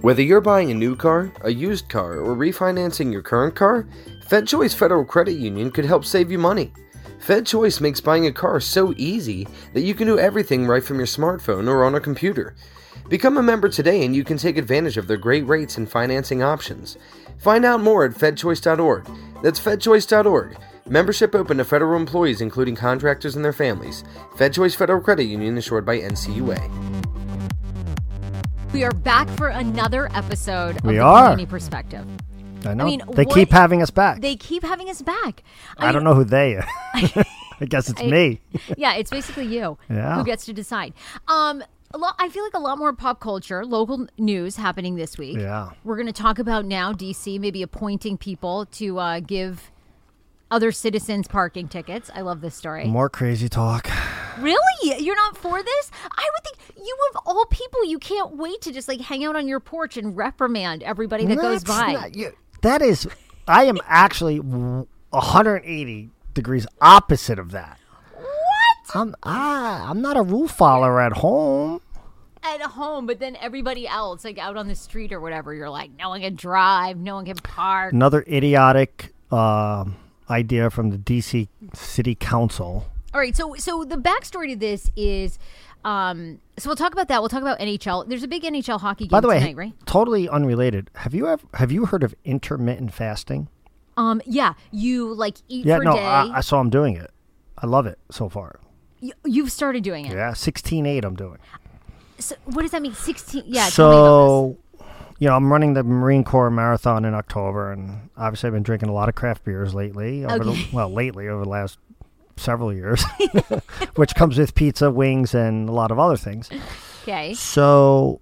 Whether you're buying a new car, a used car, or refinancing your current car, FedChoice Federal Credit Union could help save you money. FedChoice makes buying a car so easy that you can do everything right from your smartphone or on a computer. Become a member today and you can take advantage of their great rates and financing options. Find out more at fedchoice.org. That's fedchoice.org. Membership open to federal employees, including contractors and their families. FedChoice Federal Credit Union, insured by NCUA. We are back for another episode of We the are. Community Perspective. I know. mean, they what- keep having us back. They keep having us back. I don't know who they are. I guess it's I- me. yeah, it's basically you Yeah. who gets to decide. Um, a lot, I feel like a lot more pop culture, local news happening this week. Yeah. We're going to talk about now DC maybe appointing people to uh, give other citizens parking tickets. I love this story. More crazy talk. Really? You're not for this? I would think you of all people, you can't wait to just like hang out on your porch and reprimand everybody that goes That's by. not- you- that is, I am actually 180 degrees opposite of that. what? I'm ah, I'm not a rule follower at home. At home, but then everybody else, like out on the street or whatever, you're like, no one can drive, no one can park. Another idiotic um idea from the DC City Council. All right, so so the backstory to this is, um, so we'll talk about that. We'll talk about NHL. There's a big NHL hockey game By the way, tonight, right? totally unrelated. Have you ever have you heard of intermittent fasting? Um, yeah, you like eat Yeah, for no, a day. I, I saw I'm doing it. I love it so far. you, you've started doing it. Yeah, sixteen eight. I'm doing. So what does that mean? Sixteen? Yeah. tell me about this. so, you know, I'm running the Marine Corps Marathon in October, and obviously I've been drinking a lot of craft beers lately. Over Okay. the, well, lately over the last several years, which comes with pizza, wings, and a lot of other things. okay. So,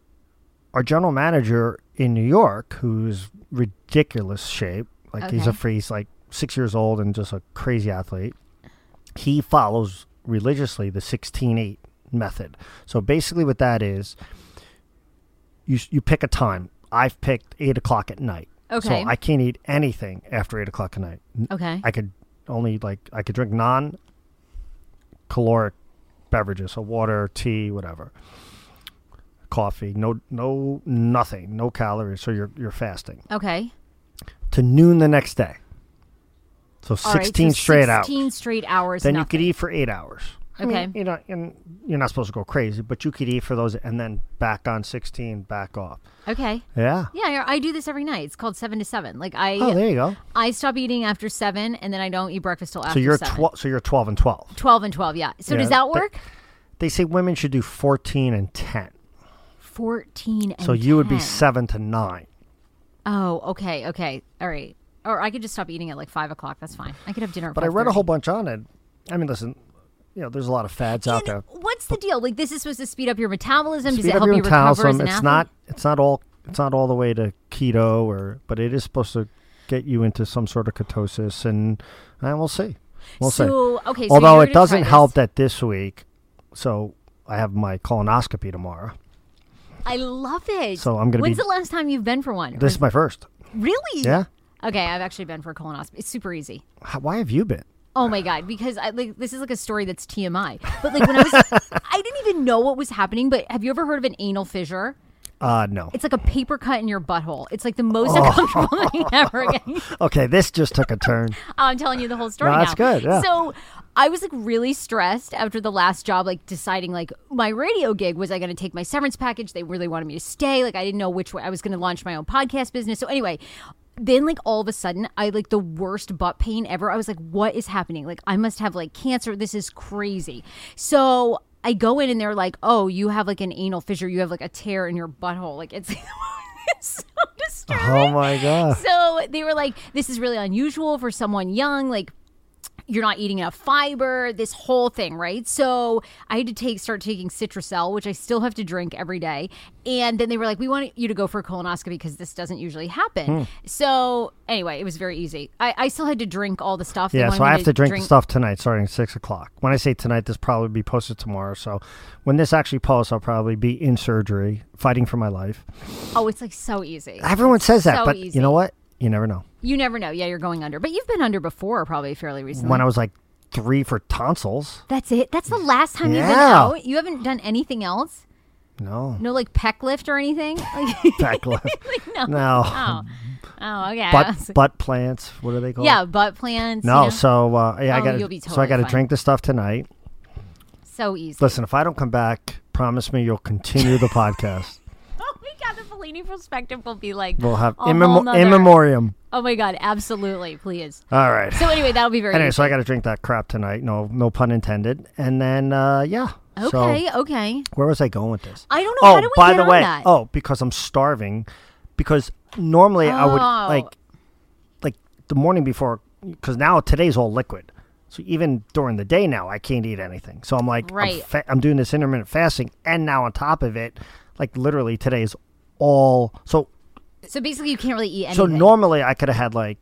our general manager in New York, who's ridiculous shape, like he's a Okay. free, he's like six years old and just a crazy athlete. He follows religiously the sixteen eight method. So basically, what that is, you s- you pick a time. I've picked eight o'clock at night. Okay. So I can't eat anything after eight o'clock at night. N- Okay. I could only like I could drink non caloric beverages, so water, tea, whatever. Coffee, no no nothing, no calories, so you're you're fasting. okay. To noon the next day. So All right, so sixteen straight out. 16 straight hours. Then you nothing. could eat for eight hours. I mean, Okay. you know, and you're not supposed to go crazy, but you could eat for those and then back on sixteen, back off. Okay. Yeah. Yeah, I I do this every night. It's called seven to seven. Like I, Oh, there you go. I stop eating after seven, and then I don't eat breakfast till after. So you're seven. twelve. So you're twelve and twelve. Twelve and twelve. Yeah. So Yeah, does that but- work? They say women should do fourteen and ten. Fourteen. And So you would be 10. seven to nine. Oh, okay, okay, all right. Or I could just stop eating at like five o'clock. That's fine. I could have dinner. At But I read a 5:30. whole bunch on it. I mean, listen, you know, there's a lot of fads out there. And What's the deal? Like this is supposed to speed up your metabolism. Does Speed it up help your you recover as metabolism. an It's athlete? not. It's not all. It's not all the way to keto, or but it is supposed to get you into some sort of ketosis, and and we'll see. We'll see. So, okay, so Although you're it gonna try doesn't this. help that this week, so I have my colonoscopy tomorrow. I love it. So I'm gonna When's be- the last time you've been for one? This is my first. really? Yeah. Okay, I've actually been for a colonoscopy. It's super easy. How, why have you been? Oh my god! Because I like this is like a story that's TMI. But like when I was, I didn't even know what was happening. But have you ever heard of an anal fissure? Uh, no. It's like a paper cut in your butthole. It's like the most uncomfortable thing ever. Again. Okay, this just took a turn. Oh, I'm telling you the whole story No, that's now. good, yeah. So I was like really stressed after the last job, like deciding like my radio gig was I going to take my severance package? They really wanted me to stay. Like I didn't know which way I was going to launch my own podcast business. So anyway. Then, like all of a sudden, I like the worst butt pain ever. I was like, "What is happening? Like, I must have like cancer. This is crazy." So I go in, and they're like, "Oh, you have like an anal fissure. You have like a tear in your butthole. Like, it's, it's so disturbing." Oh my god. so they were like, this is really unusual for someone young. Like, you're not eating enough fiber, this whole thing, right? So I had to take start taking Citracel, which I still have to drink every day. And then they were like, we want you to go for a colonoscopy because this doesn't usually Hmm. happen. So anyway, it was very easy. I, I still had to drink all the stuff. They Yeah, wanted so me I have to drink, the stuff tonight starting at 6 o'clock. When I say tonight, this probably be posted tomorrow. So when this actually posts, I'll probably be in surgery, fighting for my life. Oh, it's like so easy. Everyone says that, so but easy. you know what? You never know. You never know. Yeah, you're going under. But you've been under before, probably fairly recently. When I was like three for tonsils, That's it. That's the last time you've been Yeah. out. You haven't done anything else. No. No, like pec lift or anything. Like, Back left. like, no. No. Oh. Oh, okay. I was Butt like- butt plants. What are they called? yeah, butt plans. No, you know? so uh, yeah, I Oh, got you'll be to so I totally got to fine. drink the stuff tonight. so easy. Listen, if I don't come back, promise me you'll continue the podcast. Oh my god, the Fellini perspective will be like We'll have a in, whole memo- nother- in memoriam. Oh my god, absolutely, please. All right. So anyway, that'll be very anyway, so I got to drink that crap tonight. No, no pun intended. And then uh, yeah. So okay, okay. where was I going with this? I don't know oh, how do we by get the on way, that. oh, because I'm starving. Because normally I Oh. would like, like the morning before, because now today's all liquid. So even during the day now, I can't eat anything. So I'm like, I'm, Right. fa- I'm doing this intermittent fasting, and now on top of it, like literally today is all. So So basically, you can't really eat so anything. normally I could have had like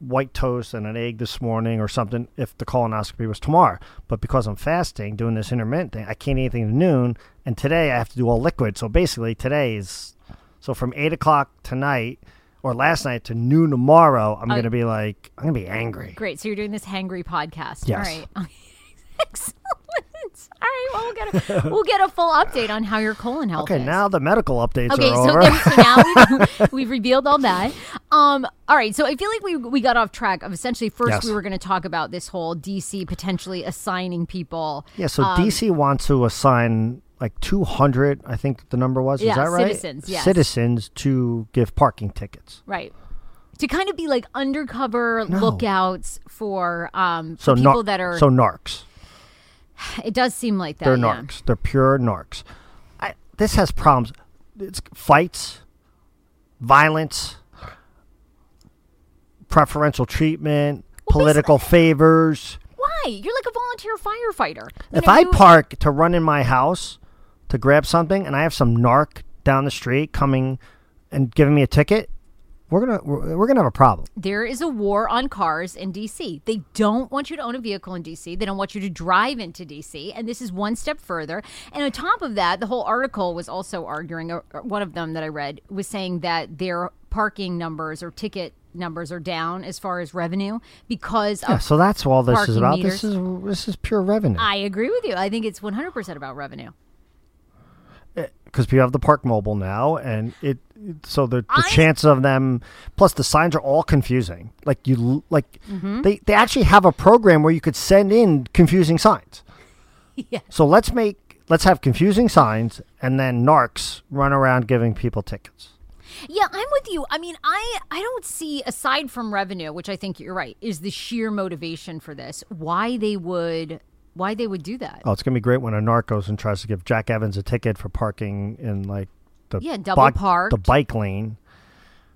white toast and an egg this morning or something if the colonoscopy was tomorrow. But because I'm fasting, doing this intermittent thing, I can't eat anything at noon. And today I have to do all liquid. So basically today is so from eight o'clock tonight or last night to noon tomorrow, I'm gonna be like I'm gonna be angry. Great. So you're doing this hangry podcast. Yes. All right. Excellent. All right. Well, we'll get a, we'll get a full update on how your colon health Okay, is. now the medical updates Okay, are so, over. then, so now we've, we've revealed all that. Um, all right, so I feel like we we got off track of essentially first Yes. we were going to talk about this whole DC potentially assigning people. yeah, so Um, DC wants to assign like 200, I think the number was. Yeah, is that right? citizens, yes. Citizens to give parking tickets. Right. To kind of be like undercover lookouts for um So for people nar- that are so narcs. it does seem like that. They're yeah. narcs. They're pure narcs. I, this has problems. It's fights, violence, preferential treatment, political favors. Why? You're like a volunteer firefighter. You If know, I you- park to run in my house to grab something, and I have some narc down the street coming and giving me a ticket, we're gonna we're, we're gonna have a problem. there is a war on cars in DC. They don't want you to own a vehicle in DC. They don't want you to drive into DC. And this is one step further. And on top of that, the whole article was also arguing, or or one of them that I read was saying that their parking numbers or ticket numbers are down as far as revenue because of So that's all this Parking is about. meters. This is this is pure revenue I agree with you. I think it's 100% about revenue. because we have the park mobile now, and it it- so the, the I- chance of them plus the signs are all confusing. Like you l- like Mm-hmm. they they actually have a program where you could send in confusing signs. Yeah. So let's make let's have confusing signs and then narcs run around giving people tickets. Yeah, I'm with you. I mean, I I don't see aside from revenue, which I think you're right, is the sheer motivation for this. Why they would why they would do that? Oh, it's gonna be great when a narc goes and tries to give Jack Evans a ticket for parking in like the Yeah, double bike- parked. the bike lane.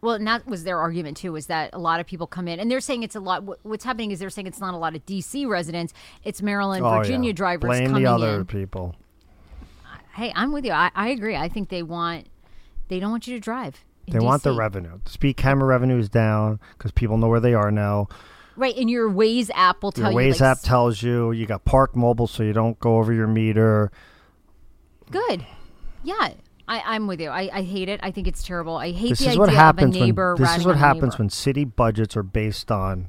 Well, and that was their argument too, was that a lot of people come in and they're saying it's a lot. wh- What's happening is they're saying it's not a lot of D.C. residents; it's Maryland, Oh, yeah. Virginia drivers Blame coming the other in. people. Hey, I'm with you. I, I agree. I think they want they don't want you to drive. in They want the DC. revenue. The speed camera revenue is down because people know where they are now. right, and your Waze app will Your tell you. Waze like, app s- tells you you got Park Mobile, so you don't go over your meter. Good. Yeah. I, I'm with you. I, I hate it. I think it's terrible. I hate This the is idea what happens of a neighbor when this ratting is what on a happens neighbor. when city budgets are based on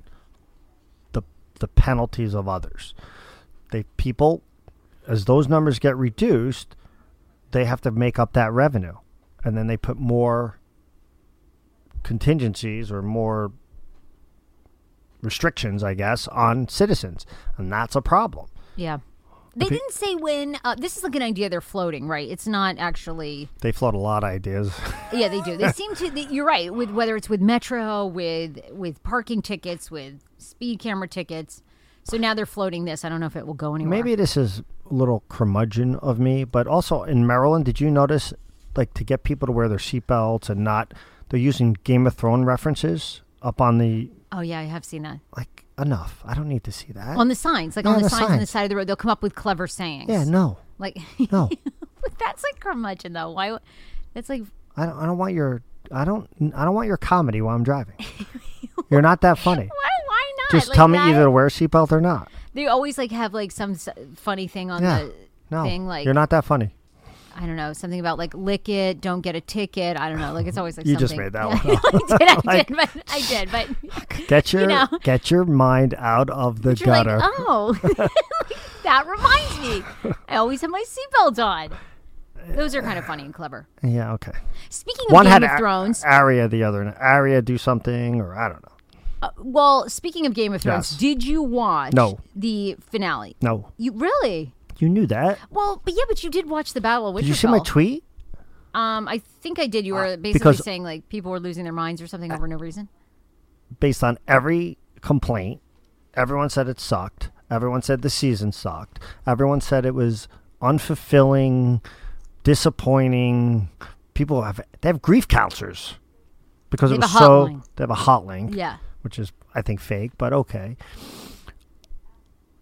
the the penalties of others. They people as those numbers get reduced, they have to make up that revenue, and then they put more contingencies or more restrictions, I guess, on citizens, and that's a problem. Yeah. They pe- didn't say when. Uh, this is like an idea they're floating, right? It's not actually. They float a lot of ideas. Yeah, they do. They seem to. They, you're right. With whether it's with Metro, with with parking tickets, with speed camera tickets. So now they're floating this. I don't know if it will go anywhere. Maybe this is a little curmudgeon of me, but also in Maryland, did you notice, like, to get people to wear their seatbelts and not, they're using Game of Thrones references up on the, Oh yeah, I have seen that like, enough. I don't need to see that. on the signs, like No, on the, the signs, on the signs. side of the road. They'll come up with clever sayings. yeah, no, Like, no. but that's like curmudgeon though. Why? would- That's like I don't, I don't want your, I don't, I don't want your comedy while I'm driving. You're not that funny. why? Why not? Just Like, tell me that- either to wear a seatbelt or not. They always like have like some s- funny thing on Yeah. the No, thing like you're not that funny. I don't know something about like lick it, don't get a ticket. I don't know. Like it's always like You something. just made that Yeah. one I did, I up. Like- did, but I did, but Get your, know. get your mind out of the you're like, gutter. oh, that reminds me. I always have my seatbelt on. Those are kind of funny and clever. Yeah, okay. Speaking of One Game had of A- Thrones, Arya, the other Arya do something, or I don't know. uh, well, speaking of Game of Thrones, Yes. did you watch No. the finale? No, You really? you knew that. Well, but yeah, but you did watch the Battle of Winterfell. Did you see my tweet? Um, I think I did. You were basically because- Uh, saying like people were losing their minds or something over no reason. Based on every complaint, everyone said it sucked. Everyone said the season sucked. Everyone said it was unfulfilling, disappointing. People have they have grief counselors because They it have was a hot so link. they have a hot link. Yeah. which is I think fake, but okay.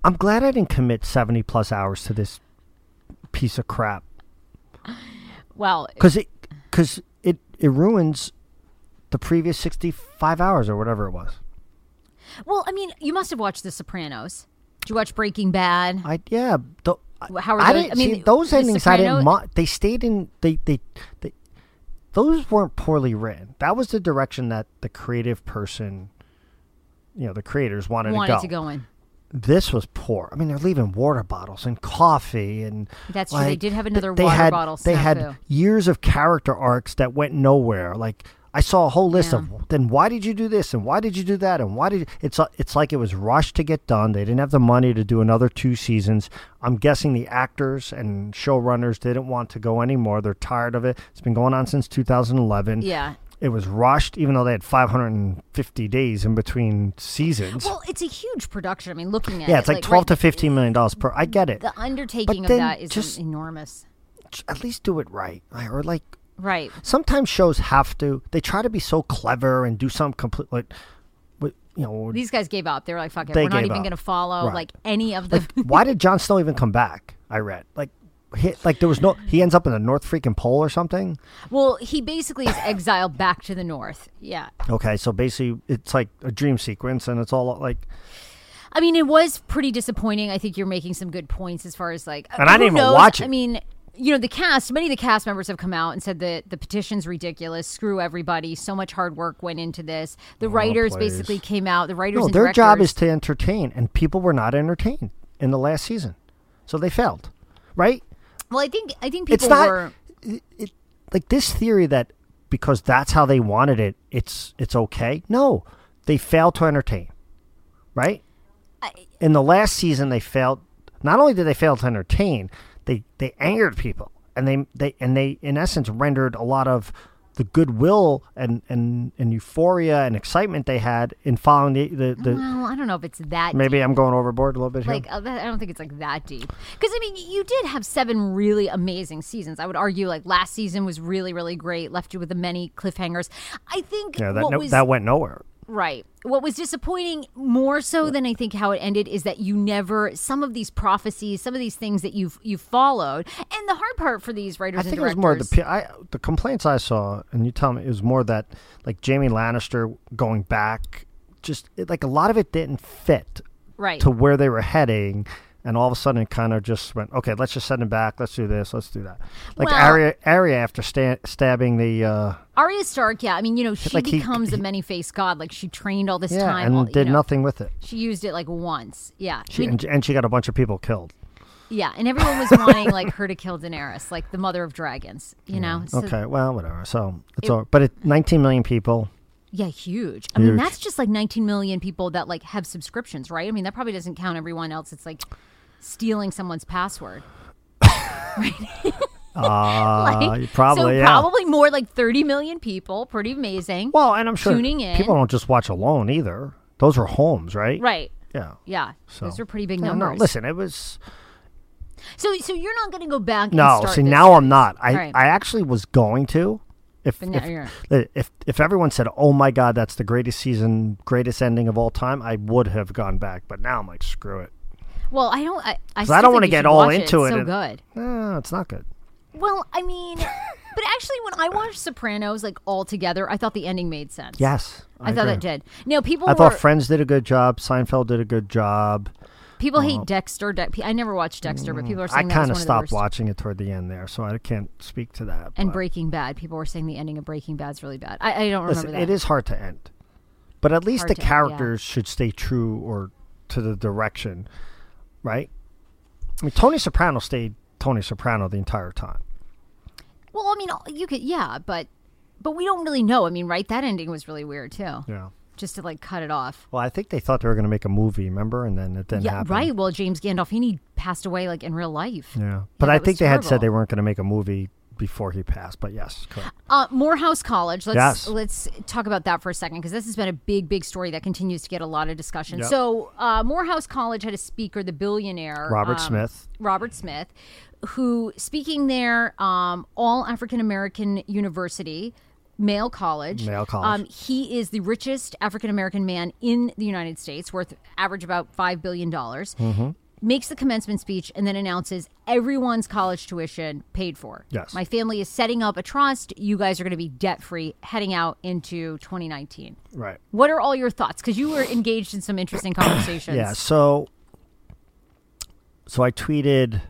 I'm glad I didn't commit 70 plus hours to this piece of crap Well, cuz it cuz it it ruins the previous 65 hours or whatever it was. well, I mean, you must have watched The Sopranos. Did you watch Breaking Bad? I yeah, th- I- How were I those- didn't I mean, see those The endings I didn't Soprano- mo- they stayed in they, they they those weren't poorly written. That was the direction that the creative person you know, the creators wanted, Wanted to go in. this was poor. I mean, they're leaving water bottles and coffee and That's true. They like, did have th- another they water had, bottle They snafu. had years of character arcs that went nowhere. Like I saw a whole list Yeah. of then why did you do this and why did you do that and why did it's uh, it's like it was rushed to get done. They didn't have the money to do another two seasons. I'm guessing the actors and showrunners didn't want to go anymore. They're tired of it. It's been going on since 2011. Yeah. It was rushed, even though they had 550 days in between seasons. Well, it's a huge production. I mean, looking at Yeah, it, it's like twelve right, to fifteen million dollars per. I get it. The undertaking of then that is just- enormous. At least do it right, Like, or like Right. sometimes shows have to. They try to be so clever and do something complete like, with, you know, These guys gave up. They were like, "Fuck it, They we're not gave even up. going to follow Right. like any of the." like why did Jon Snow even come back? I read like, he, like there was no. He ends up in the North freaking Pole or something. well, he basically is exiled back to the north. Yeah. Okay, so basically it's like a dream sequence, and it's all like. I mean, it was pretty disappointing. I think you're making some good points as far as like, And I who didn't even knows? watch it. I mean, you know, the cast, many of the cast members have come out and said that the petition's ridiculous. Screw everybody. So much hard work went into this. The writers please. basically came out. The writers No, and their job directors- is to entertain, and people were not entertained in the last season, so they failed, right? well, I think I think people it's not were it, it, like this theory that because that's how they wanted it it's it's okay no they failed to entertain right in the last season they failed not only did they fail to entertain they they angered people and they they and they in essence rendered a lot of the goodwill and and, and euphoria and excitement they had in following the the, the well. I don't know if it's that maybe i'm going overboard a little bit here Uh-huh. like uh, that- I don't think it's like that deep. Because I mean, you did have seven really amazing seasons. I would argue like last season was really really great, left you with the many cliffhangers. I think yeah that what no, was that went nowhere right. What was disappointing more so than I think how it ended is that you never some of these prophecies, some of these things that you've you followed, and the hard part for these writers I think and it directors. was more the pe- I, the complaints I saw, and you tell me it was more that like Jamie Lannister going back, just it, like a lot of it didn't fit right. to where they were heading, and all of a sudden it kind of just went okay. Let's just send him back. Let's do this. Let's do that. Like Well- Arya, Arya after sta- stabbing the uh, Arya Stark, yeah. I mean, you know, she Like he- becomes a he- many many-faced god. Like she trained all this yeah, time and all- you did know, nothing with it. She used it like once. Yeah. I She, mean, and, and she got a bunch of people killed. Yeah, and everyone was wanting like her to kill Daenerys, like the mother of dragons. You know, so, okay, well, whatever. So it's all, but it, 19 million people. yeah, huge. I mean, Huge. that's just like 19 million people that like have subscriptions, right? I mean, that probably doesn't count everyone else. It's like stealing someone's password. Uh, Like, you probably so yeah. probably more like 30 million people. Pretty amazing. well, and I'm sure tuning in. people don't just watch alone either. Those were homes, right? right. Yeah. Yeah, those are pretty big No, numbers. No, listen, it was So, so you're not going to go back. and no. start See, this now I'm not. I Right. I actually was going to. If But now if, you're- if if everyone said, "Oh my God, that's the greatest season, greatest ending of all time," I would have gone back. But now I'm like, screw it. Well, I don't. I, I, don't want wanna to get all into It's it so and- good. No, it's not good. Well, I mean, but actually, when I watched Sopranos like all together, I thought the ending made sense. Yes, I, thought agree. that did. No, people I were, thought Friends did a good job. Seinfeld did a good job. people hate Dexter. De- I never watched Dexter, but people are Um, Mm, I saying that was kind of one of stopped the worst. watching it toward the end there, so I can't speak to that. And but- Breaking Bad, people were saying the ending of Breaking Bad's really bad. I, I don't remember Listen, that. it is hard to end, but at least Hard the to end, yeah. characters should stay true or to the direction, right? I mean, Tony Soprano stayed Tony Soprano the entire time. Well, I mean, you could, yeah, but but we don't really know. I mean, right? That ending was really weird too. Yeah. Just to like cut it off. Well, I think they thought they were going to make a movie, remember? And then it didn't yeah, happen. right. Well, James Gandolfini passed away like in real life. Yeah. But that I was think they had terrible. said they weren't going to make a movie before he passed. But yes, correct. Uh, Morehouse College. Let's Yes. let's talk about that for a second because this has been a big, big story that continues to get a lot of discussion. Yep. So uh, Morehouse College had a speaker, the billionaire Robert um, Smith. Robert Smith, who speaking there, um, all African American university. Male college. Male college. Um, he is the richest African American man in the United States, worth average about five billion dollars. Mm-hmm. Makes the commencement speech and then announces everyone's college tuition paid for. Yes. my family is setting up a trust. You guys are going to be debt free heading out into 2019. Right. What are all your thoughts? Because you were engaged in some interesting conversations. Yeah. So, so I tweeted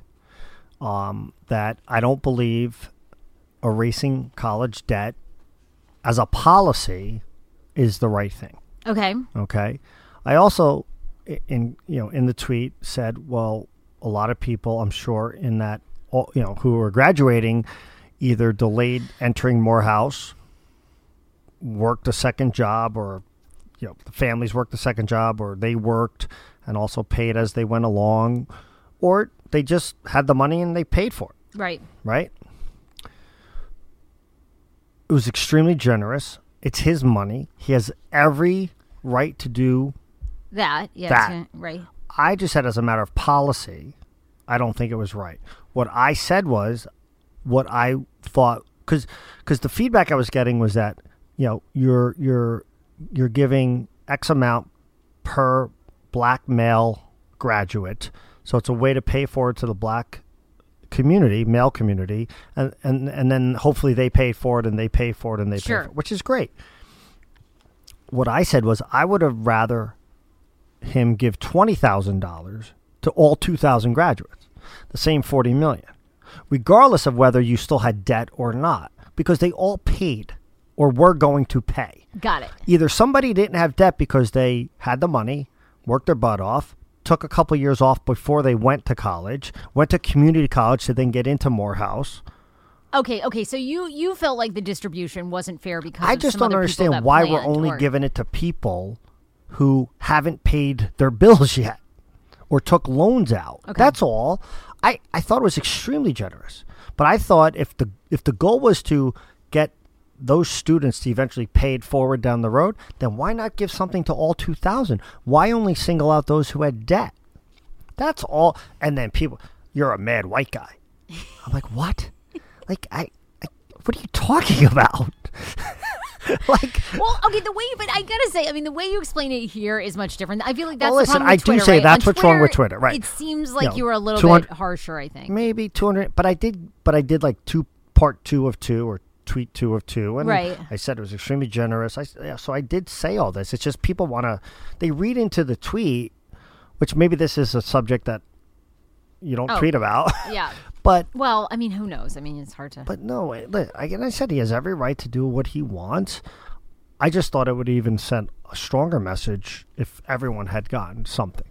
um, that I don't believe erasing college debt as a policy is the right thing. Okay. Okay. I also, i- in you know, in the tweet said, well, a lot of people, I'm sure, in that all- you know, who are graduating, either delayed entering Morehouse, worked a second job, or you know, the families worked a second job, or they worked and also paid as they went along, or they just had the money and they paid for it Right. right? It was extremely generous. It's his money. He has every right to do. That. Yeah. That. it's gonna- Right. I just said, as a matter of policy, I don't think it was right. What I said was what I thought, because the feedback I was getting was that you know you're you're you're giving X amount per black male graduate, so it's a way to pay forward to the black community, male community, and and and then hopefully they pay for it and they pay for it and they Sure. pay for it, which is great. What I said was I would have rather him give twenty thousand dollars to all two thousand graduates, the same forty million, regardless of whether you still had debt or not, because they all paid or were going to pay Got it. either somebody didn't have debt because they had the money, worked their butt off, took a couple years off before they went to college, went to community college to then get into Morehouse. Okay, okay. So you you felt like the distribution wasn't fair because I of just some don't other people understand that why we're planned only or- giving it to people who haven't paid their bills yet or took loans out. That's all. I, I thought it was extremely generous. But I thought if the if the goal was to get those students to eventually pay it forward down the road, then why not give something to all 2000? Why only single out those who had debt? That's all. And then people, you're a mad white guy. I'm like, what? like, I, I, what are you talking about? like, Well, okay. The way, but I gotta say, I mean, the way you explain it here is much different. I feel like that's Well, the listen, problem with I do Twitter, say right? that's On what's wrong with Twitter, right. It seems like know, you were a little bit 200 harsher. I think. maybe 200 but i did but i did like two part two of two or tweet two of two and Right. i said it was extremely generous i s- yeah, so i did say all this it's just people want to they read into the tweet which maybe this is a subject that you don't Oh. tweet about Yeah. but Well, I mean, who knows? I mean, it's hard to. but no it- li- I, and I said he has every right to do what he wants i just thought it would even send a stronger message if everyone had gotten something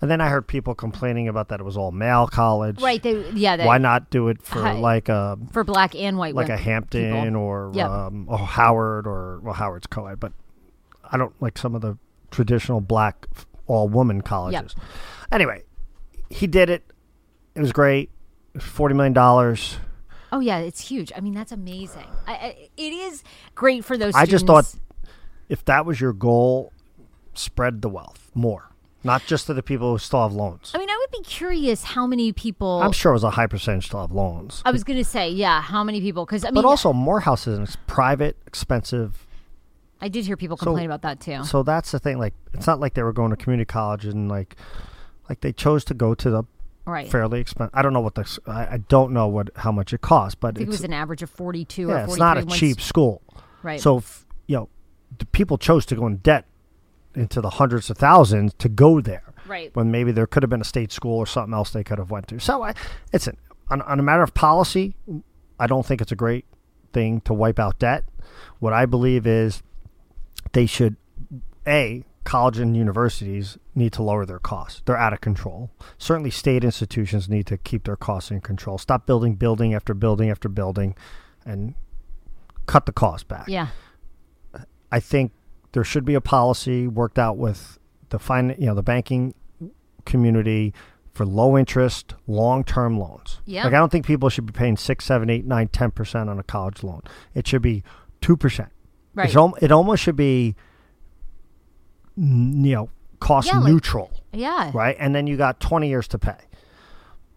and then i heard people complaining about that it was all male college right. They, yeah. They, why not do it for Hi. like a for black and white? like a women- Hampton people. or Yep. um, or Howard or well Howard's co-ed, but I don't like some of the traditional black all woman colleges. Anyway, he did it. It was great. Forty million dollars. Oh yeah, it's huge. I mean, that's amazing. I, I, it is great for those. I just thought students. if that was your goal, spread the wealth more, not just to the people who still have loans. I mean, I would be curious how many people. I'm sure it was a high percentage still have loans, I was gonna say, yeah, how many people? Because I mean, but also Morehouse is a private, expensive I did hear people complain about that too. So that's the thing. Like, it's not like they were going to community college and like, like they chose to go to the right. fairly expensive. I don't know what the I, I don't know what how much it costs, but I think it it's, was an average of 42 or yeah, 43. it's not a once- cheap school. Right. So f- you know, the people chose to go in debt into the hundreds of thousands to go there. Right. When maybe there could have been a state school or something else they could have went to. So I, it's an, on, on a matter of policy. I don't think it's a great thing to wipe out debt. What I believe is they should a college and universities need to lower their costs they're out of control certainly state institutions need to keep their costs in control stop building building after building after building and cut the cost back. Yeah. I think there should be a policy worked out with the fin- you know the banking community for low interest, long term loans. Yeah. Like I don't think people should be paying six, seven, eight, nine, ten percent on a college loan. It should be two percent. Right. It's al- it almost should be n- you know cost Yeah, like- neutral, yeah. right? And then you got twenty years to pay.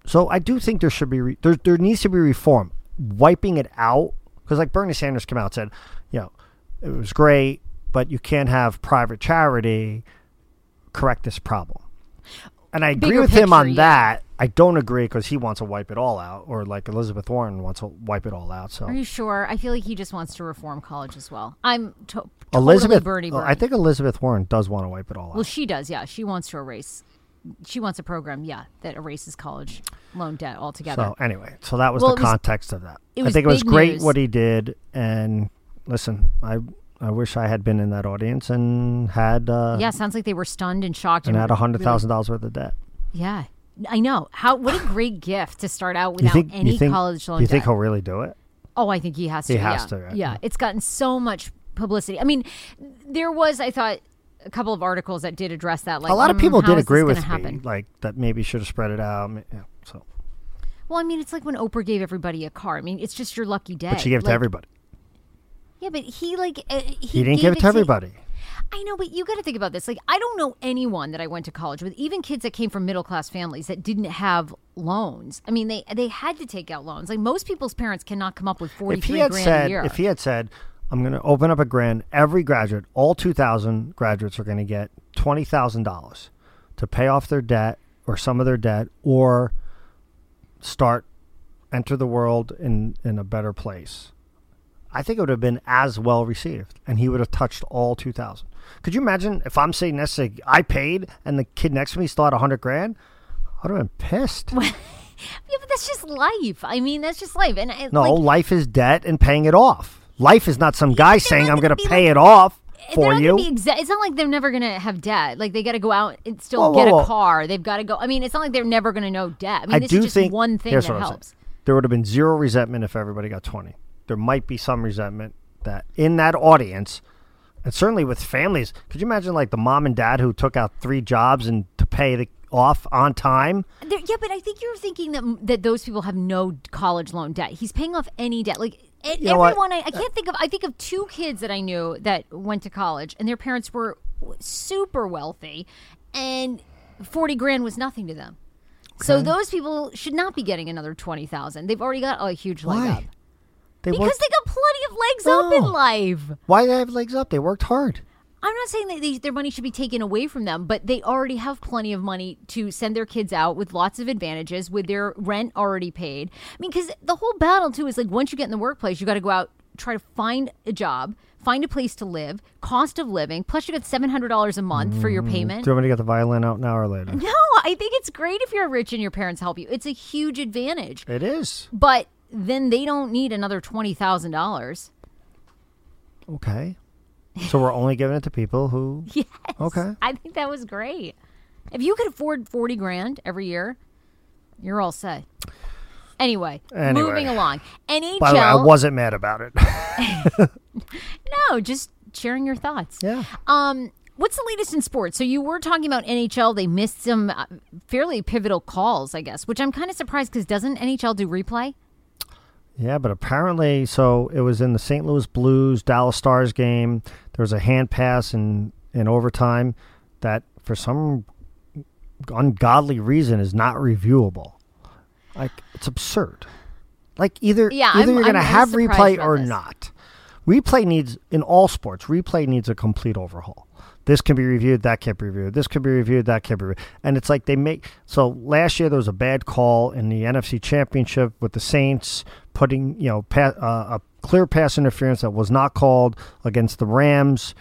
So I do think there should be re- there there needs to be reform, wiping it out because like Bernie Sanders came out and said, you know, it was great, but you can't have private charity correct this problem. And I agree Bigger with him on picture, that. I don't agree because he wants to wipe it all out, or like Elizabeth Warren wants to wipe it all out. So Are you sure? I feel like he just wants to reform college as well. I'm to- Elizabeth, totally Bernie. uh, Bernie. I think Elizabeth Warren does want to wipe it all out. Well, she does. Yeah, she wants to erase. She wants a program. Yeah, that erases college loan debt altogether. So anyway, so that was Well, the it was- context of that. it I was think it was big great news. what he did, and listen, I I wish I had been in that audience and had uh, yeah, sounds like they were stunned and shocked. and had a really- hundred thousand dollars worth of debt. yeah, I know. How? What a great gift to start out You without think any you think college loan you debt. think he'll really do it? Oh, I think he has to. He has yeah. to, right? Yeah, it's gotten so much publicity. I mean, there was, I thought, a couple of articles that did address that. Like A lot of mm, people how did is agree this with gonna happen? me, like that maybe should have spread it out. m- yeah, so, Well, I mean, it's like when Oprah gave everybody a car. I mean, it's just your lucky day. but she gave it to Like, everybody. Yeah, but he like uh, he, He didn't gave give it to everybody. everybody. I know, but you got to think about this. Like, I don't know anyone that I went to college with, even kids that came from middle class families that didn't have loans. I mean, they they had to take out loans. Like most people's parents cannot come up with forty If he three had grand said, a year. if he had said, I'm going to open up a grand, every graduate, all 2,000 graduates are going to get $20,000 to pay off their debt or some of their debt or start, enter the world in, in a better place. I think it would have been as well received and he would have touched all 2,000. Could you imagine if I'm saying this, like, I paid and the kid next to me still had 100 grand? I would have been pissed. yeah, but that's just life. I mean, that's just life. And I, No, like, life is debt and paying it off. Life is not some guy saying not I'm gonna going be to pay like- eh, it off And for they're not you. gonna be exa- it's not like they're never going to have debt. Like they got to go out and still Whoa, get whoa, whoa. a car. They've got to go. I mean, it's not like they're never going to know debt. I mean, I this do is just think one thing that here's what I'm saying. helps. There would have been zero resentment if everybody got 20. There might be some resentment that in that audience and certainly with families, could you imagine like the mom and dad who took out three jobs and to pay the off on time? There, yeah, but I think you're thinking that that those people have no college loan debt. He's paying off any debt. Like e- know what? Uh, everyone, I, I can't think of. I think of two kids that I knew that went to college, and their parents were super wealthy, and forty grand was nothing to them. So those people should not be getting another twenty thousand. They've already got a huge leg up They because worked, they got plenty of legs up No. in life. why do they have legs up? They worked hard. I'm not saying that they, their money should be taken away from them, but they already have plenty of money to send their kids out with lots of advantages, with their rent already paid. I mean, because the whole battle, too, is like once you get in the workplace, you got to go out, try to find a job, find a place to live, cost of living, plus you got $700 a month for your payment. Do you want me to get the violin out now or later? No, I think it's great if you're rich and your parents help you. It's a huge advantage. It is. But then they don't need another $20,000. Okay. So we're only giving it to people who. Yes. Okay. I think that was great. If you could afford 40 grand every year, you're all set. Anyway, Anyway. moving along. NHL. By the way, I wasn't mad about it. no, just sharing your thoughts. Yeah. Um, what's the latest in sports? So you were talking about NHL. They missed some uh, fairly pivotal calls, I guess, which I'm kind of surprised because doesn't NHL do replay? Yeah, but apparently, so it was in the St. Louis Blues Dallas Stars game. There was a hand pass in in overtime that, for some ungodly reason, is not reviewable. Like it's absurd. Like either Yeah, either I'm- you're going to I'm- I'm have surprised replay about or this. not. Replay needs in all sports. Replay needs a complete overhaul. This can be reviewed. That can't be reviewed. This can be reviewed. That can't be reviewed. And it's like they make. So last year there was a bad call in the NFC Championship with the Saints putting you know pa uh, a clear pass interference that was not called against the Rams.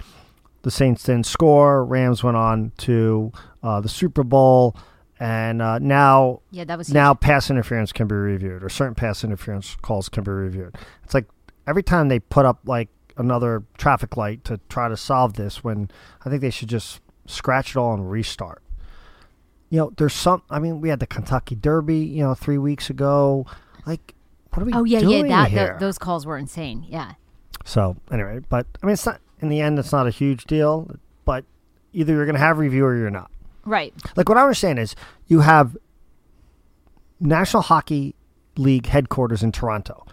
The Saints didn't score. Rams went on to uh, the Super Bowl, and uh, now Yeah, that was now pass interference can be reviewed or certain pass interference calls can be reviewed. It's like every time they put up like another traffic light to try to solve this when I think they should just scratch it all and restart. You know, there's some I mean, we had the Kentucky Derby, you know, 3 weeks ago. Like what are we? Oh yeah, yeah. doing That here? tho- those calls were insane. Yeah. So anyway, but I mean, it's not in the end, it's not a huge deal. But either you're going to have a review or you're not. Right. Like what I was saying is, you have National Hockey League headquarters in Toronto.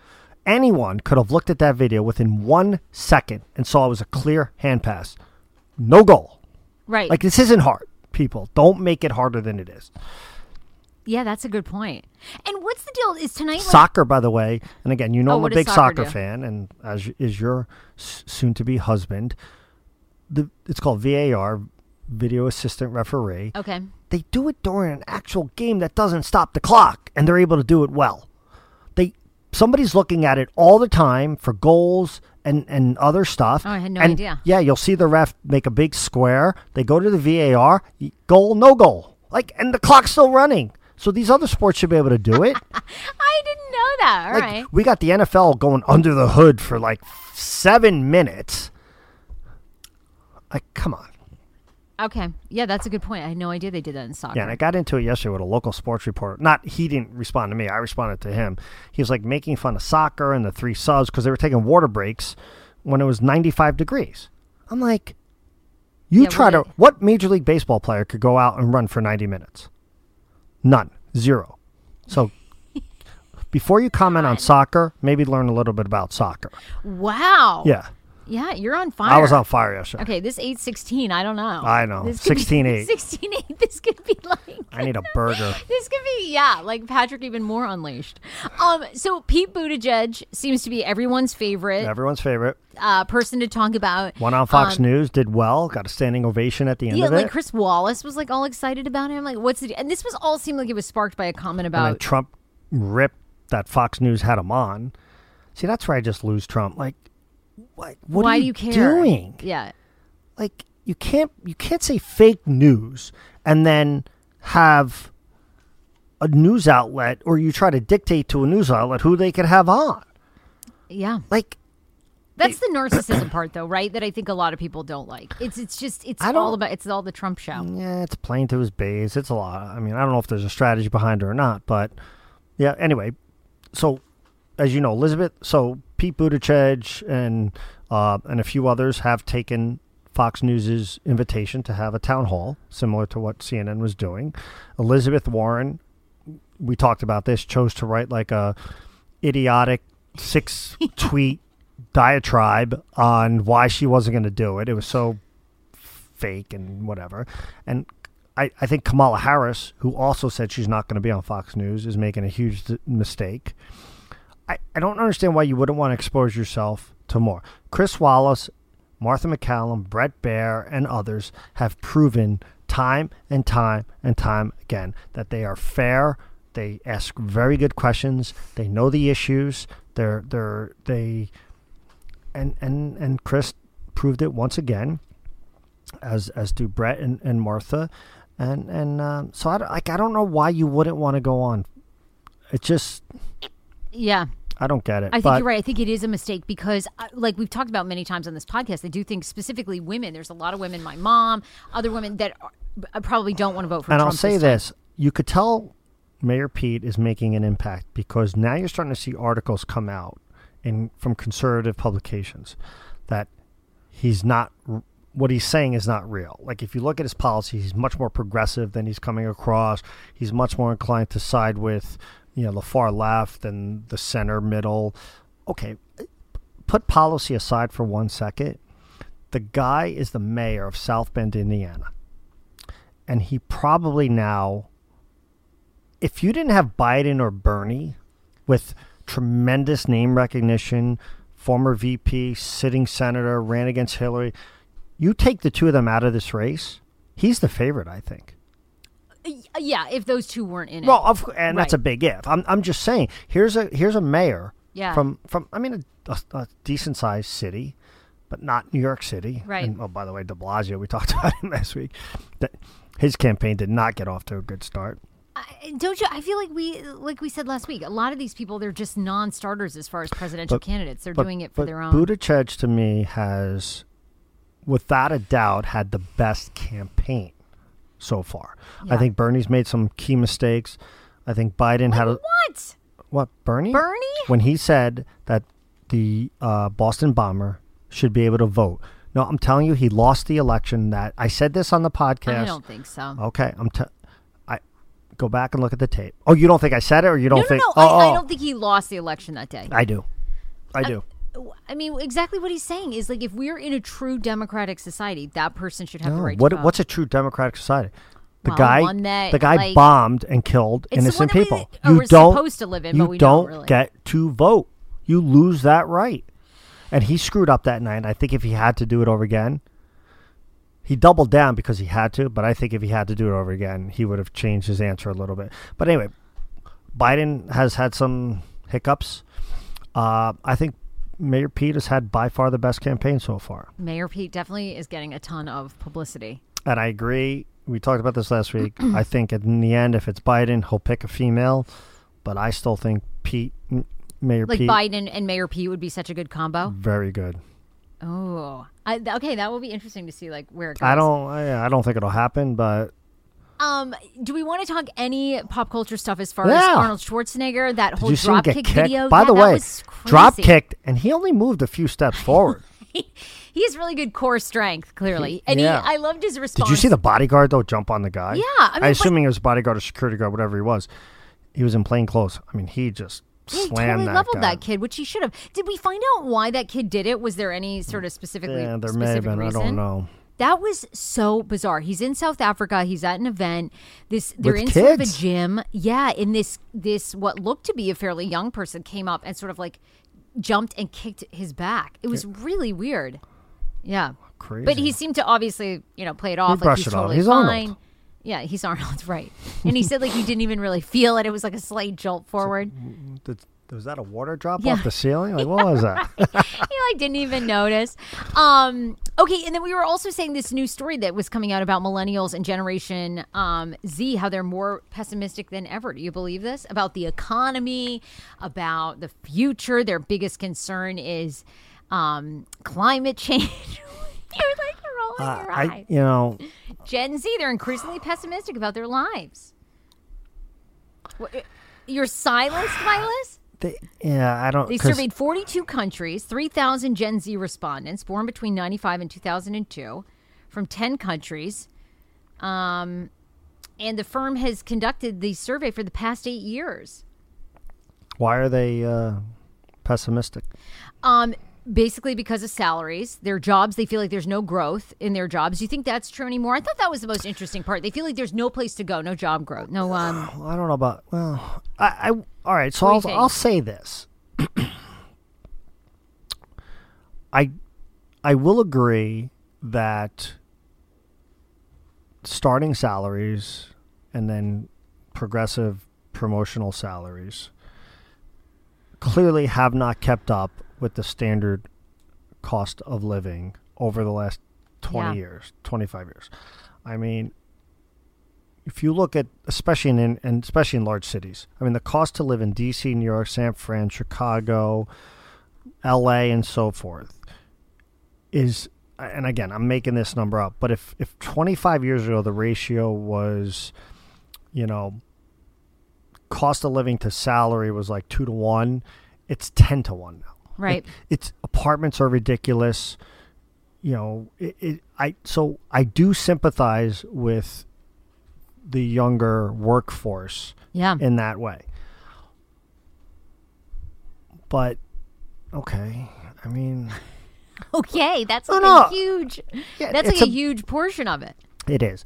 Anyone could have looked at that video within one second and saw it was a clear hand pass, no goal. Right. Like this isn't hard, people. Don't make it harder than it is. yeah, that's a good point. And what's the deal? Is tonight like Soccer, by the way, and again, you know Oh, I'm a what does big soccer soccer do? fan, and as y- is your s- soon-to-be husband. The it's called VAR, video assistant referee. okay? They do it during an actual game that doesn't stop the clock, and they're able to do it well. They somebody's looking at it all the time for goals and and other stuff. Oh, I had no and, idea. Yeah, you'll see the ref make a big square. They go to the VAR, y- goal, no goal, like, and the clock's still running. So these other sports should be able to do it. I didn't know that. All right. Like, we got the NFL going under the hood for like seven minutes. Like, come on. Okay. Yeah, that's a good point. I had no idea they did that in soccer. Yeah, and I got into it yesterday with a local sports reporter. Not he didn't respond to me. I responded to him. He was like making fun of soccer and the three subs because they were taking water breaks when it was 95 degrees. I'm like, you Yeah, try what to. What major league baseball player could go out and run for 90 minutes? None. Zero. So. Before you comment on soccer, maybe learn a little bit about soccer. wow. Yeah. Yeah, you're on fire. I was on fire yesterday. Okay, this 816, I don't know. I know. This could be- 16-8. 16-8, This could be like I need a burger. This could be yeah, like Patrick even more unleashed. Um so Pete Buttigieg seems to be everyone's favorite Everyone's favorite. uh person to talk about. One on Fox News did well, got a standing ovation at the end Um, Yeah, of it. like Chris Wallace was like all excited about him. Like, what's the And this was all seemed like it was sparked by a comment and about then Trump ripped that Fox News had him on. See, that's where I just lose Trump. Like, what? What why are do you you care? doing? Yeah, Like, you can't you can't say fake news and then have a news outlet, or you try to dictate to a news outlet who they could have on. yeah. Like, That's the narcissism part, though, right? That I think a lot of people don't like. It's it's just it's I don't- Mm. all about it's all the Trump show. Yeah, it's playing to his base. It's a lot. I mean, I don't know if there's a strategy behind it or not, but yeah. Anyway, so as you know, Elizabeth, so Pete Buttigieg and uh, and a few others have taken Fox News's invitation to have a town hall similar to what CNN was doing. Elizabeth Warren, we talked about this, chose to write like a idiotic six tweet diatribe on why she wasn't going to do it. It was so fake and whatever. And I, I think Kamala Harris, who also said she's not going to be on Fox News, is making a huge d- mistake. I, I don't understand why you wouldn't want to expose yourself to more. Chris Wallace, Martha McCallum, Brett Baer, and others have proven time and time and time again that they are fair. They ask very good questions. They know the issues. They're they're they and and and Chris proved it once again as as do Brett and, and Martha, and and um, so I don't- like I don't know why you wouldn't want to go on. It just Yeah, I don't get it. I think but you're right. I think it is a mistake because, uh, like we've talked about many times on this podcast, I do think specifically women. There's a lot of women, my mom, other women that are, uh, probably don't want to vote for. And Trump I'll say this. time. this: you could tell Mayor Pete is making an impact because now you're starting to see articles come out in from conservative publications that he's not r- what he's saying is not real. Like if you look at his policy, he's much more progressive than he's coming across. He's much more inclined to side with you know the far left and the center middle. Okay, put policy aside for one second. The guy is the mayor of South Bend, Indiana and he probably now if you didn't have Biden or Bernie with tremendous name recognition, former VP, sitting senator, ran against Hillary, you take the two of them out of this race, he's the favorite, I think. Uh, Yeah, if those two weren't in it, Well, of, cou- and that's a Right. big if. I'm, I'm just saying. Here's a here's a mayor Yeah. from from I mean a, a, a decent sized city, but not New York City. Right. And, oh, by the way, De Blasio, we talked about him last week. That his campaign did not get off to a good start. I- don't you? I feel like we, like we said last week, a lot of these people they're just non-starters as far as presidential candidates. They're But- doing it for but their own. Buttigieg to me has, without a doubt, had the best campaign so far. I Yeah. think Bernie's made some key mistakes. I think Biden had a what? what Bernie? Bernie? When he said that the uh, Boston bomber should be able to vote. No, I'm telling you, he lost the election. That I said this on the podcast. I don't think so. Okay, I'm. T- I go back and look at the tape. Oh, you don't think I said it, or you don't no, no, think? no. Oh, I, I oh. don't think Uh, he lost the election that day. I do. I do. I mean, exactly what he's saying is like if we're in a true democratic society, that person should have No, the right what to vote. what's a true democratic society? The Well, guy, one that, the guy like- bombed and killed It's the innocent one that we people. are- you we're don't supposed to live in, you but we don't don't really. get to vote. You lose that right, and he screwed up that night. I think if he had to do it over again, he doubled down because he had to. But I think if he had to do it over again, he would have changed his answer a little bit. But anyway, Biden has had some hiccups. Uh, I think Mayor Pete has had by far the best campaign so far. Mayor Pete definitely is getting a ton of publicity. and I agree. We talked about this last week. I think in the end, if it's Biden, he'll pick a female, but I still think Pete, M- Mayor Like Pete, Mm. Biden and Mayor Pete would be such a good combo. very good. Oh, I, th- okay, that will be interesting to see like where it goes. I don't, I, I don't think it'll happen, but Um, do we want to talk any pop culture stuff as far as Yeah. Arnold Schwarzenegger? That did whole you see him drop get kick kicked? video. By Yeah, the that way, was crazy. drop kicked, and he only moved a few steps forward. He has really good core strength, clearly, and yeah. he, I loved his response. Did you see the bodyguard though jump on the guy? Yeah, I mean, what- assuming it was bodyguard or security guard, whatever he was. He was in plain clothes. I mean, he just He slammed totally that leveled guy. that kid, which he should have. Did we find out why that kid did it? Was there any sort of specifically Yeah, there may specific have been. reason? I don't know. That was so bizarre. He's in South Africa. He's at an event. This they're With in sort of a kids? gym. Yeah, and this this what looked to be a fairly young person came up and sort of like jumped and kicked his back. It was really weird. Yeah, Crazy. But he seemed to obviously you know play it off like brushed he's it off. totally He's Arnold. fine. Yeah, he's Arnold, right? And he said like he didn't even really feel it. It was like a slight jolt forward. Did, was that a water drop Yeah. off the ceiling? Like, what was that? he like didn't even notice. Um, okay, and then we were also saying this new story that was coming out about millennials and Generation um, Z, how they're more pessimistic than ever. Do you believe this about the economy, about the future? Their biggest concern is um, climate change. You're like rolling Uh, your I, eyes. you know, Gen Z, they're increasingly pessimistic about their lives. What, you're silenced, Milas. they, yeah, I don't. They 'cause surveyed 42 countries, 3,000 Gen Z respondents born between 95 and 2002 from 10 countries. Um, and the firm has conducted the survey for the past eight years. Why are they uh, pessimistic? Um, basically, because of salaries, their jobs, they feel like there's no growth in their jobs. Do you think that's true anymore? I thought that was the most interesting part. They feel like there's no place to go, no job growth, no. Um, Well, I don't know about. Well, I. I all right, so What do you I'll, think? I'll say this. I, I will agree that starting salaries and then progressive promotional salaries clearly have not kept up with the standard cost of living over the last 20 Yeah. years, 25 years. I mean, if you look at especially in, in and especially in large cities, I mean the cost to live in DC, New York, San Fran, Chicago, LA and so forth is and again, I'm making this number up, but if if 25 years ago the ratio was you know cost of living to salary was like 2 to 1, it's 10 to 1 now. right. Like, it's apartments are ridiculous. You know, it, it, I so I do sympathize with the younger workforce Yeah. in that way. But okay, I mean, Okay. That's No, like no. a huge, Yeah, that's it's like a, a- huge portion of it. It is.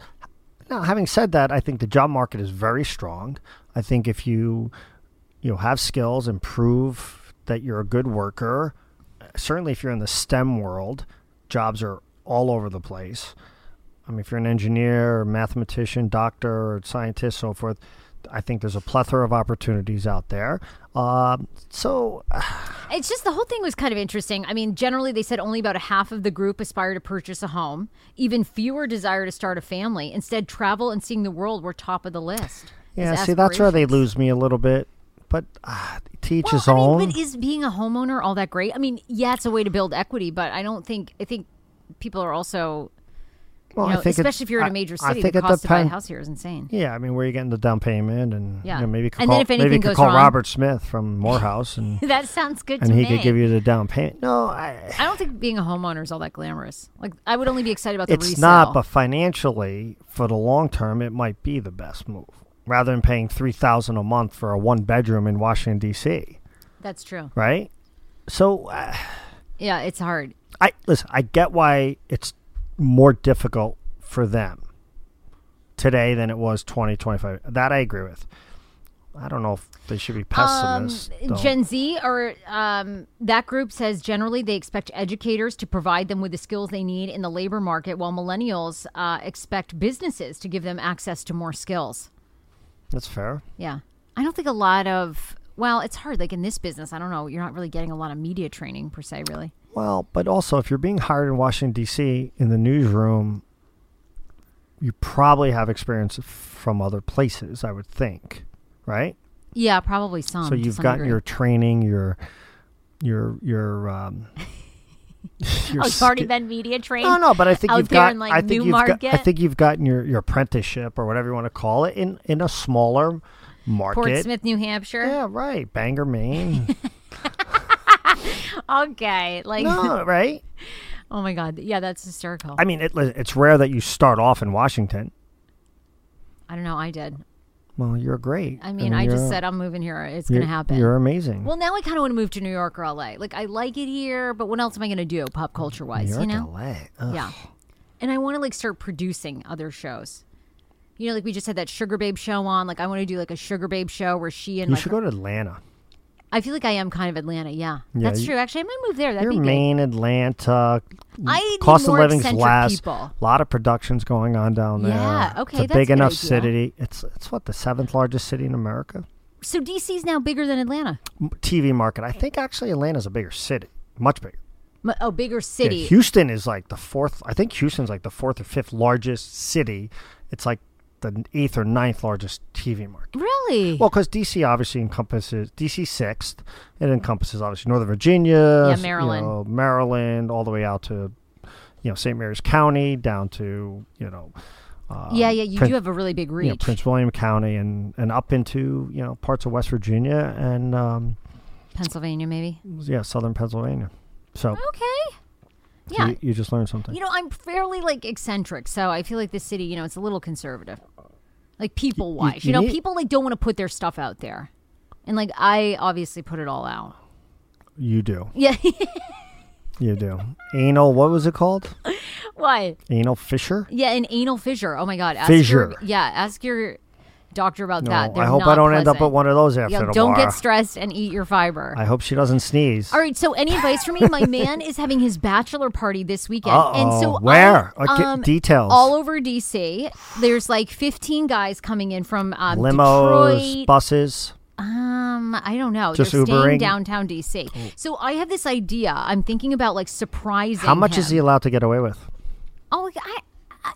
Now, having said that, I think the job market is very strong. I think if you you know, have skills and prove that you're a good worker, certainly if you're in the STEM world, jobs are all over the place. I mean, if you're an engineer, or mathematician, doctor, or scientist, so forth, I think there's a plethora of opportunities out there. Um, so It's just the whole thing was kind of interesting. I mean, generally they said only about a half of the group aspire to purchase a home. Even fewer desire to start a family. Instead, travel and seeing the world were top of the list. yeah, as see, that's where they aspirations. lose me a little bit. But uh, teach Well, his I own. mean, but is being a homeowner all that great? I mean, yeah, it's a way to build equity, but I don't think I think people are also Well, you know, I think it- especially if you're in I- a major I city, think the it cost to buy a depend- house here is insane. Yeah, I mean, where you getting the down payment, and Yeah. you know, maybe you could And call, then if maybe you anything could goes call wrong- Robert Smith from Morehouse, and That sounds good and to he me. could give you the down payment. No, I, I don't think being a homeowner is all that glamorous. Like I would only be excited about the it's resale. not. But financially, for the long term, it might be the best move rather than paying three thousand a month for a one bedroom in Washington D.C. That's true. Right? So uh, Yeah, it's hard. I listen. I get why it's more difficult for them today than it was 20, 25. That I agree with. I don't know if they should be Um, pessimists. though. Gen Z or um, that group says generally they expect educators to provide them with the skills they need in the labor market, while millennials uh, expect businesses to give them access to more skills. That's fair. Yeah, I don't think a lot of well, it's hard. Like in this business, I don't know. You're not really getting a lot of media training per se, really. Well, but also if you're being hired in Washington D.C. in the newsroom, you probably have experience from other places. I would think, right? Yeah, probably some. so Um, to you've some gotten degree. your training, your your your um. your Oh, you've already ski- been media trained. No, no, but I think out you've there got. in, like, I think you've got. I Newmarket? think you've gotten your, your apprenticeship or whatever you want to call it in in a smaller market. Portsmouth, New Hampshire. Yeah, right. Bangor, Maine. Okay, like no, right. oh my god, yeah, that's hysterical. I mean, it, it's rare that you start off in Washington. I don't know. I did. Well, you're great. I mean, I just said I'm moving here. It's gonna happen. You're amazing. Well, now I kind of want to move to New York or LA. Like, I like it here, but what else am I going to do pop culture New wise? York, You know? LA. Ugh. Yeah. And I want to like start producing other shows. You know, like we just had that Sugar Babe show on. Like, I want to do like a Sugar Babe show where she and You like should go to Atlanta. I feel like I am kind of Atlanta. Yeah, Yeah, that's you- true. Actually, I might move there. That'd You're be good. Maine, Atlanta. I need cost more of living's eccentric last. people. A lot of productions going on down there. Yeah, okay, It's a that's big a good enough idea. city. It's it's what the seventh largest city in America. So DC's now bigger than Atlanta. M- TV market. I think actually Atlanta's a bigger city, much bigger. M- Oh, bigger Yeah, city. Houston is like the fourth. I think Houston's like the fourth or fifth largest city. It's like the eighth or ninth largest TV market. Really? Well, because DC obviously encompasses DC sixth. It encompasses obviously Northern Virginia, Yeah, s- you Maryland. know, Maryland, all the way out to you know St. Mary's County, down to you know, uh, yeah, yeah. You Prin- do have a really big reach. you know, Prince William County, and and up into you know parts of West Virginia and um, Pennsylvania, maybe. yeah, southern Pennsylvania. So Okay. Oh, Yeah. you, you just learned something. You know, I'm fairly like eccentric, so I feel like this city, you know, it's a little conservative. Like people wise. You, you know, need- people like don't want to put their stuff out there. And like I obviously put it all out. you do, Yeah. you do. Anal, what was it called? Why? Anal Fisher. Yeah, an anal fissure. Oh my god. Ask Fissure. Your, yeah, ask your doctor about No, that. They're Oh, I hope not I don't end up pleasant. at one of those after Yeah, tomorrow. don't get stressed and eat your fiber. I hope she doesn't sneeze. all right, so any advice for me? My man is having his bachelor party this weekend, and Uh-oh. so Where? I, Okay, um, details. all over DC. There's like 15 guys coming in from um, limos, Detroit. buses. Um, I don't know. Just They're Ubering? Oh. staying downtown DC. So I have this idea. I'm thinking about like surprising. How much is he him. allowed to get away with? Oh, like, I, I,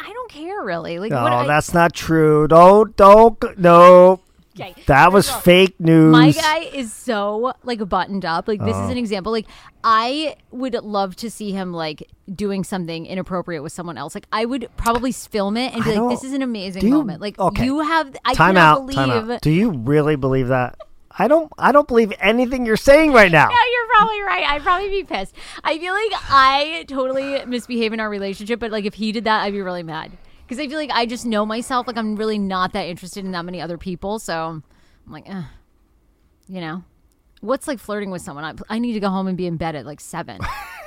I don't care really. Like, No, what I- Oh, that's not true. Don't, don't, g- no. Okay. That was fake news. My guy is so like buttoned up. Like Oh. this is an example. Like I would love to see him like doing something inappropriate with someone else. Like I would probably s- film it and I be like, don't- "This is an amazing Do you- moment." Like okay. you have, I time cannot out. believe. Time out. Do you really believe that? I don't. I don't believe anything you're saying right now. No, you're probably right. I'd probably be pissed. I feel like I totally misbehave in our relationship, but like if he did that, I'd be really mad. Because I feel like I just know myself. Like I'm really not that interested in that many other people. So I'm like, Ugh. you know, what's like flirting with someone? I, I need to go home and be in bed at like seven.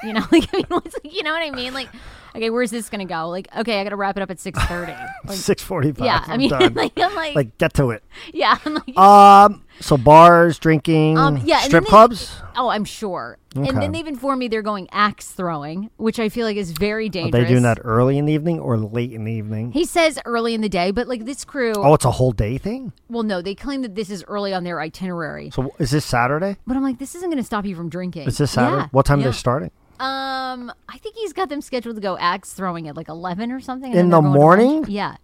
You know, like I mean, what's, like, you know what I mean? Like, okay, where's this gonna go? Like, okay, I gotta wrap it up at six thirty. Like, Six forty-five. yeah, I'm I mean, done. like, I'm like, Like, get to it. yeah, I'm like, Um. So bars, drinking, Um, yeah, and then strip they- clubs. Oh, I'm sure. Okay. And then they've informed me they're going axe throwing, which I feel like is very Are dangerous. they doing that early in the evening or late in the evening? He says early in the day, but like this crew, oh, it's a whole day thing. well, no, they claim that this is early on their itinerary. So is this Saturday? But I'm like, this isn't going to stop you from drinking. Is this Saturday? Yeah, what time are yeah. they starting? Um, I think he's got them scheduled to go axe throwing at like 11 or something. and In then they're the going to lunch. morning? Yeah,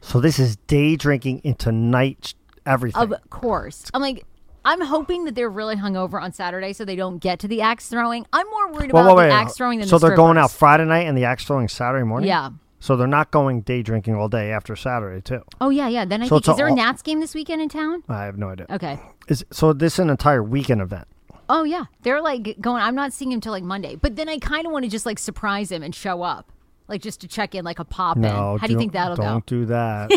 So this is day drinking into night everything. of course. I'm like, I'm hoping that they're really hungover on Saturday so they don't get to the axe throwing. I'm more worried Well, about wait, wait, the wait. axe throwing than so the they're going out strippers. Friday night and the axe throwing Saturday morning. Yeah. So they're not going day drinking all day after Saturday too. Oh yeah, yeah. Then I So think it's a- is there a Nats game this weekend in town? I have no idea. Okay. Is so this is an entire weekend event. Oh yeah, they're like going. I'm not seeing him till like Monday, but then I kind of want to just like surprise him and show up, like just to check in, like a pop in. No, How do you think that'll don't- Don't go? do that.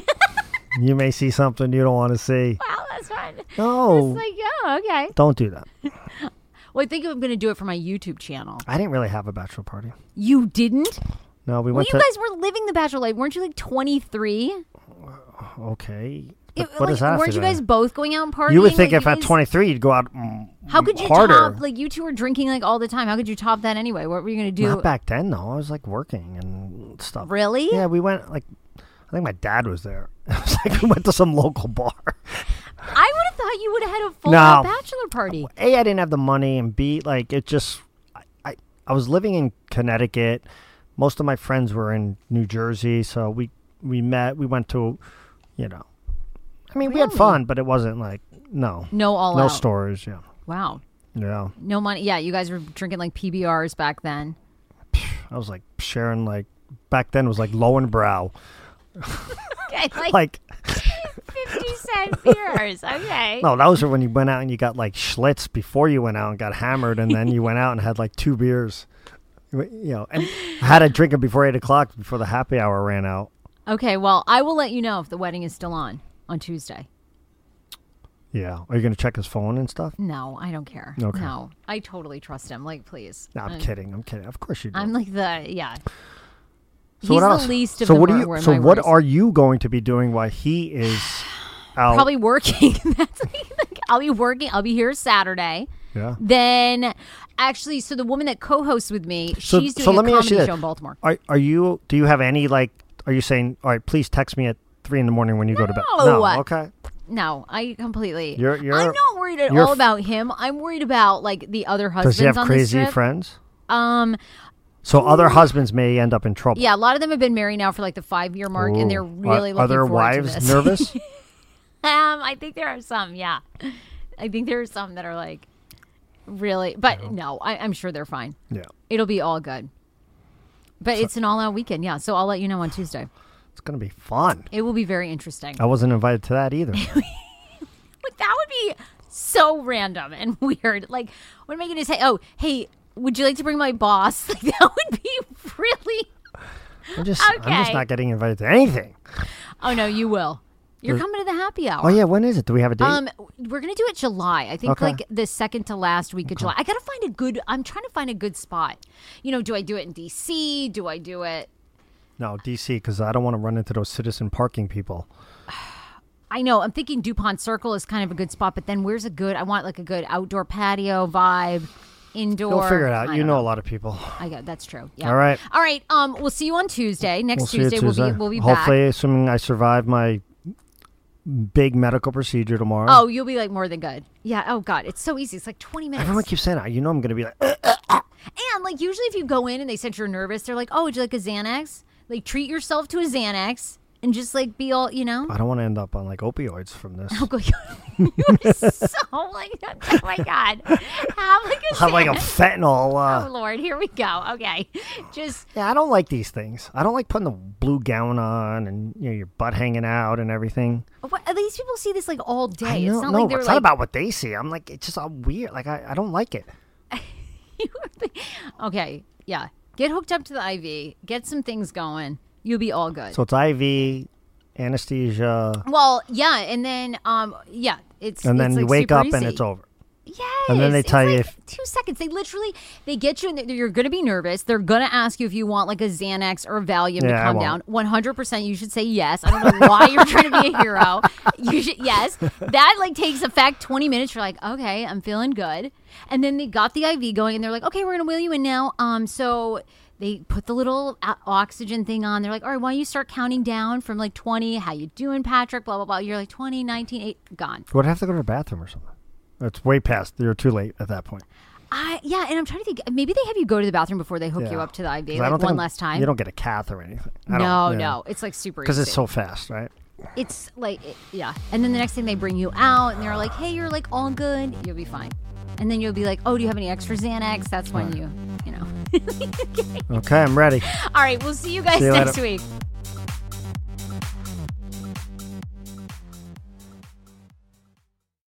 you may see something you don't want to see. Wow, Oh, that's fine. No, It's like, oh, okay. don't do that. Well, I think I'm going to do it for my YouTube channel. I didn't really have a bachelor party. You didn't? No, we Well, went you to guys were living the bachelor life. Weren't you like 23? okay. It- But what like, does that have weren't to you do- guys both going out and partying? You would think Like, if at guys- 23 you'd go out. mm, how could you harder. top? Like you two were drinking like all the time. How could you top that anyway? What were you going to do? Not back then though. I was like working and stuff. Really? Yeah, we went like. I think my dad was there. It was like we went to some local bar. I would have thought you would have had a full out No. bachelor party. A, I didn't have the money, and B, like it just, I, I, I was living in Connecticut. Most of my friends were in New Jersey, so we we met. We went to, you know, I mean, we had Really? fun, but it wasn't like no, No all no out. stores. Yeah, Wow. yeah. No money. Yeah, you guys were drinking like PBRs back then. I was like sharing like back then it was like low and brow, Okay, like, like 50 cent beers. Okay. no, those were when you went out and you got like Schlitz before you went out and got hammered, and then you went out and had like two beers, you know, and I had a drink it before eight o'clock before the happy hour ran out. Okay, well, I will let you know if the wedding is still on on Tuesday. Yeah. Are you going to check his phone and stuff? No, I don't care. Okay. No, I totally trust him. Like, please. No, I'm Uh, kidding. I'm kidding. Of course you do. I'm like the yeah. so He's what the else? least of so the what wor- are wor- you? So my what worries. are you going to be doing while he is out? probably working. That's like, like, I'll be working. I'll be here Saturday. Yeah. Then, actually, so the woman that co-hosts with me, So, she's doing so a let me ask comedy you this. show in Baltimore. Are are you? Do you have any like? Are you saying? All right, please text me at three in the morning when you go to bed. No. No. Okay. No, I completely. You're- you're- I'm not worried at you're all f- about him. I'm worried about like the other husbands Does he have on crazy this trip. friends? um, So other husbands may end up in trouble. yeah, a lot of them have been married now for like the five year mark, Ooh. and they're really are, looking are their forward wives to this. nervous? Um, I think there are some. Yeah, I think there are some that are like really, but no, I, I'm sure they're fine. yeah. It'll be all good. But it's an all out weekend, yeah. So I'll let you know on Tuesday. It's gonna be fun. It will be very interesting. I wasn't invited to that either. Like, that would be so random and weird. Like, what am I going to say? Oh, hey, would you like to bring my boss? Like, that would be really. I'm just I'm Okay. just not getting invited to anything. Oh, no, you will. You're coming to the happy hour. Oh yeah, when is it? Do we have a date? Um, we're gonna do it July. I think Okay. like the second to last week of July. I gotta find a good. I'm trying to find a good spot. You know, do I do it in DC? Do I do it? no, DC, because I don't want to run into those citizen parking people. I know. I'm thinking Dupont Circle is kind of a good spot, but then where's a good? I want like a good outdoor patio vibe, indoor. We'll figure it out. I You don't know a lot of people. I got that's true. Yeah. All right. All right. Um, we'll see you on Tuesday. Next We'll see you Tuesday, Tuesday. we'll be we'll be Hopefully, back. assuming I survive my big medical procedure tomorrow. Oh, you'll be like more than good. Yeah. Oh God, it's so easy. It's like 20 minutes. Everyone keeps saying that. You know I'm going to be like, "Ugh." And like usually, if you go in and they said you're nervous, they're like, "Oh, would you like a Xanax? Like treat yourself to a Xanax and just like be all you know." I don't want to end up on like opioids from this. Go- you're so like, oh my god, have like a I'm like a Xanax. fentanyl. Oh Uh, Lord, here we go. Okay, just yeah, I don't like these things. I don't like putting the blue gown on and you know your butt hanging out and everything. what, at least people see this like all day. I it's know, not no, like they're it's like not about what they see. I'm like, it's just all weird. Like I, I don't like it. you were the- okay, yeah. Get hooked up to the IV. Get some things going. You'll be all good. So it's IV, anesthesia, well, yeah, and then um, yeah, it's and then it's, you like, wake super up and easy. it's over. Yes. And then they it's tell you like if- two seconds. They literally they get you and they're- you're going to be nervous. They're going to ask you if you want like a Xanax or a Valium to Yeah, I calm won't. down. One hundred percent, you should say yes. I don't know why you're trying to be a hero. You should yes. That like takes effect twenty minutes. You're like, okay, I'm feeling good. And then they got the IV going and they're like, okay, we're going to wheel you in now. Um, so. They put the little o- oxygen thing on. They're like, all right, why don't you start counting down from like 20? How you doing, Patrick? Blah, blah, blah. You're like 20, 19, 8, gone. Would I have to go to the bathroom or something? It's way past. You're too late at that point. I yeah, and I'm trying to think. Maybe they have you go to the bathroom before they hook you Yeah. up to the 'Cause IV, I like don't one think- last time. You don't get a cath or anything. I no, don't, no, it's like super Because easy. it's so fast, right? it's like it- yeah, and then the next thing they bring you out, and they're like, "Hey, you're like all good. You'll be fine." And then you'll be like, "Oh, do you have any extra Xanax?" That's when you, you know. Okay, I'm ready. All right, we'll see you guys See you next later. week.